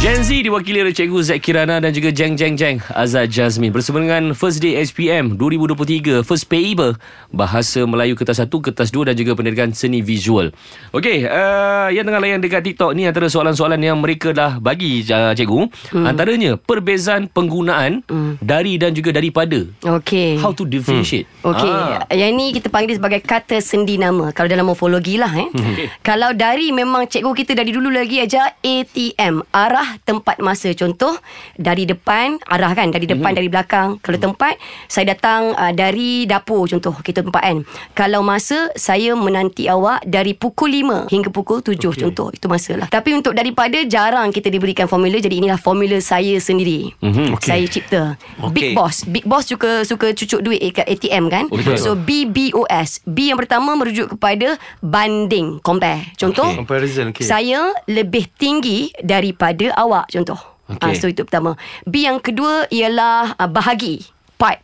Gen Z diwakili oleh Cikgu Zek Kirana dan juga Jeng Jeng Jeng Azad Jazmin bersama dengan First Day SPM 2023 First Paper Bahasa Melayu Kertas 1, Kertas 2 dan juga pendidikan seni visual Okey, uh, yang tengah layan dekat TikTok ni antara soalan-soalan yang mereka dah bagi uh, Cikgu hmm. Antaranya perbezaan penggunaan hmm. dari dan juga daripada Okey. How to differentiate hmm. Okey, ah. yang ni kita panggil sebagai kata sendi nama kalau dalam morfologi lah eh. Kalau dari memang cikgu kita dari dulu lagi aja ATM, arah tempat masa. Contoh dari depan, arah kan dari depan dari belakang. Kalau tempat saya datang uh, dari dapur contoh kita tempat kan. Kalau masa saya menanti awak dari pukul 5 hingga pukul 7 okay. contoh. Itu masalah. Tapi untuk daripada jarang kita diberikan formula jadi inilah formula saya sendiri. Mhm, okay. Saya cipta. Okay. Big Okey. boss boss. Big boss juga suka cucuk duit kat ATM kan. Oh, Betul. So BBOS. B yang pertama merujuk kepada banding, compare. Contoh, Okay. Comparison, okay. saya lebih tinggi daripada awak contoh. Okay. Okay. so itu pertama. B yang kedua ialah uh, bahagi, part.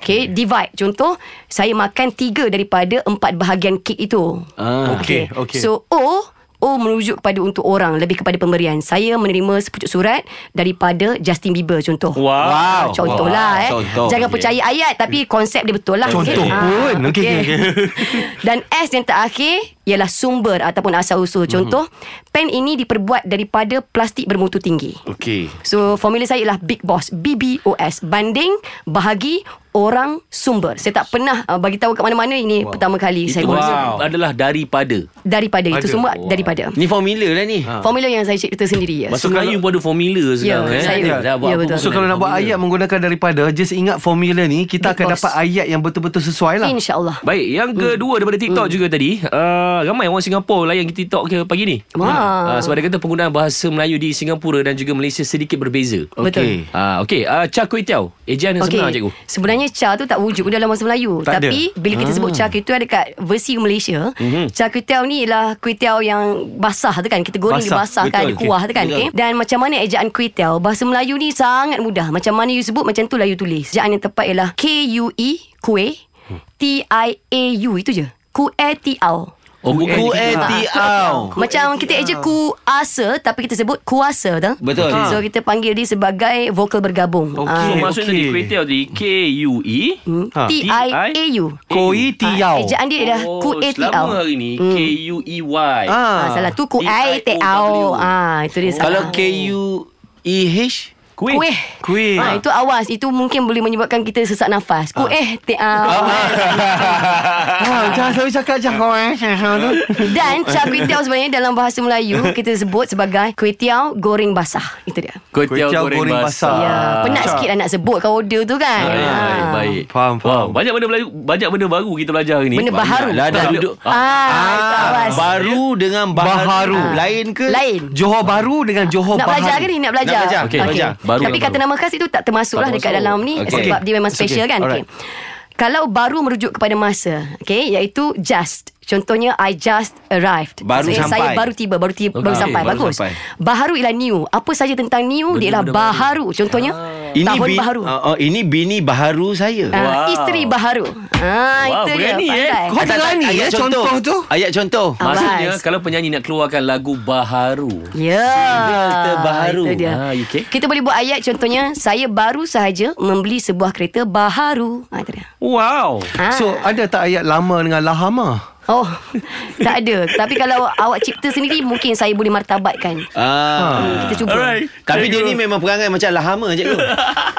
Okay, divide. Contoh, saya makan tiga daripada empat bahagian kek itu. Ah, okay, okay. So O O merujuk kepada untuk orang Lebih kepada pemberian Saya menerima sepucuk surat Daripada Justin Bieber contoh Wow. Ah, Contohlah Wow. eh Contoh. Jangan Okay. percaya ayat Tapi konsep dia betul lah Contoh Ah, pun. Okey, okey. okey, Dan S yang terakhir Ialah sumber Ataupun asal-usul Contoh Mhm. Pen ini diperbuat Daripada plastik bermutu tinggi Okay. So formula saya ialah Big Boss BBOS Banding Bahagi Orang Sumber Saya tak pernah uh, bagi tahu kat mana-mana Ini wow. pertama kali saya Itu wow. guna adalah daripada Ah. Daripada Itu Ada. semua daripada Ni formula lah ni ha. Formula yang saya cipta sendiri ya. Bahasa Melayu pun ada formula sekarang eh. saya- Dah buat ya, apa betul. pun So ada kalau nak buat formula. ayat menggunakan daripada Just ingat formula ni Big Kita akan boss. dapat ayat yang betul-betul sesuai lah InsyaAllah Baik, yang Hmm. kedua daripada TikTok juga tadi uh, Ramai orang Singapura layan TikTok ke pagi ni uh, Wah. Sebab dia kata penggunaan bahasa Melayu di Singapura dan juga Malaysia sedikit berbeza Betul. uh, Okay, uh, Cha Kway Teow Ejaan yang okay. sebenar cikgu Sebenarnya cha tu tak wujud dalam bahasa Melayu Tak ada. Ah. Mhm. Tapi ada. bila kita sebut cha kuih tiaw dekat versi Malaysia mm-hmm. Cha kuih tiaw ni ialah kuih tiaw yang basah tu kan Kita goreng dia Basah. basah kan Betul, okey. Kuah tu kan okay. Dan macam mana ejaan kuih tiaw Bahasa Melayu ni sangat mudah Macam mana you sebut macam tu lah you tulis Ejaan yang tepat ialah K-U-E Kuih T-I-A-U Itu je Kuih tiaw Oh bukan eh, Ah. Ku- Macam kita eja kuasa tapi kita sebut kuasa tak? Betul. So kita panggil dia sebagai vokal bergabung. So Okey. Ah. oh, maksudnya tadi Kway Teow tadi E? K-U-E Hmm. Ha. T I A U. Oh, Ah, Koi tiaw Ejaan dia dah ku A Hmm. T Oh, Selama A. hari ni E K-U-E-Y Ah salah tu ku A T A. T-I-O-W. Ah itu dia salah. Kalau E K-U-E-H Kuih Kuih. Kuih. Ah, itu awas Itu mungkin boleh menyebabkan Kita sesak nafas Kuih Ah. ah, Jangan selalu cakap Jangan kau tu Dan Cak kuih tiaw sebenarnya Dalam bahasa Melayu Kita sebut sebagai Kuih tiaw goreng basah Itu dia Kuih Kuih tiaw goreng basah. Ya, Ah. penat sikit lah nak sebut Kau order tu kan Baik, Ah. baik, baik. Faham, faham. Wow, banyak benda baru, banyak benda baru kita belajar hari ni. Benda baharu. Lah dah duduk Ah, itu awas. Baru dengan baharu, Baharu. Ah. Lain ke Lain. Johor Baru dengan Johor Nak Oh, Bahari belajar ke ni? Nak belajar? Nak belajar, okey, belajar. Baru Tapi dengan kata baru. nama khas itu tak termasuk Tak lah dekat termasuk. dalam ni Okey. sebab dia memang It's special okay. kan. Okay. Alright. Kalau baru merujuk kepada masa, okay, iaitu just. Contohnya I just arrived. Baru Maksudnya, sampai. Saya baru tiba, baru tiba, baru Okey, sampai. baru Bagus. sampai. Baharu ialah new. Apa saja tentang new dia ialah Benda-benda baharu. Contohnya tahun bi- baharu. uh, uh, Ini bini baharu saya Ah, Wow. Isteri baharu. Ah, Wow, itu dia. berani, eh. pandai. Kau tak berani Ayat ya contoh tu Ayat contoh Ah. Maksudnya Awas. kalau penyanyi nak keluarkan lagu baharu. Ya terbaharu. Itu dia Ah, you okay? Kita boleh buat ayat contohnya Saya baru sahaja Membeli sebuah kereta Baharu ha, Itu dia Wow. ha. So ada tak ayat lama dengan lahama Oh Tak ada Tapi kalau awak cipta sendiri Mungkin saya boleh martabatkan Ah. hmm, Kita cuba Alright. Tapi dia Cikgu. ni memang perangai macam lahama cikgu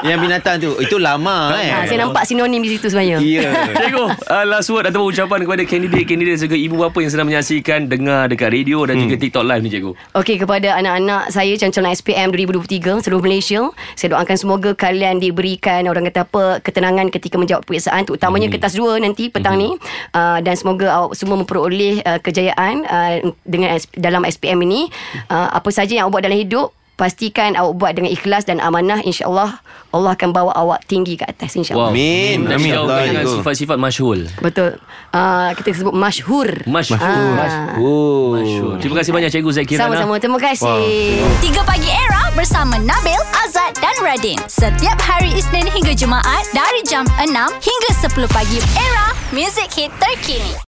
Yang binatang tu Itu lama eh ha, Saya nampak sinonim di situ sebenarnya Ya Cikgu, uh, last word ataupun ucapan kepada kandidat-kandidat juga ibu bapa yang sedang menyaksikan, dengar dekat radio dan Hmm. juga TikTok live ni cikgu. Okey kepada anak-anak saya calon-calon SPM 2023 seluruh Malaysia, saya doakan semoga kalian diberikan orang kata apa ketenangan ketika menjawab peperiksaan terutamanya kertas 2 nanti petang ni uh, dan semoga awak semua memperoleh uh, kejayaan uh, dengan S- dalam SPM ini uh, apa saja yang awak buat dalam hidup pastikan awak buat dengan ikhlas dan amanah insyaallah Allah akan bawa awak tinggi ke atas insyaallah. Wow. Amin. Dan Amin. dijauhkan Allah, dengan cikgu. sifat-sifat masyhul. Betul. Uh, kita sebut masyhur. Masyhul. Ah. Oh Masyhul. Terima kasih banyak cikgu Zakirana. Sama-sama. Terima kasih. 3 Pagi Era bersama Nabil, Azad dan Radin. Setiap hari Isnin hingga Jumaat dari jam 6 hingga 10 pagi. Era, music hit terkini.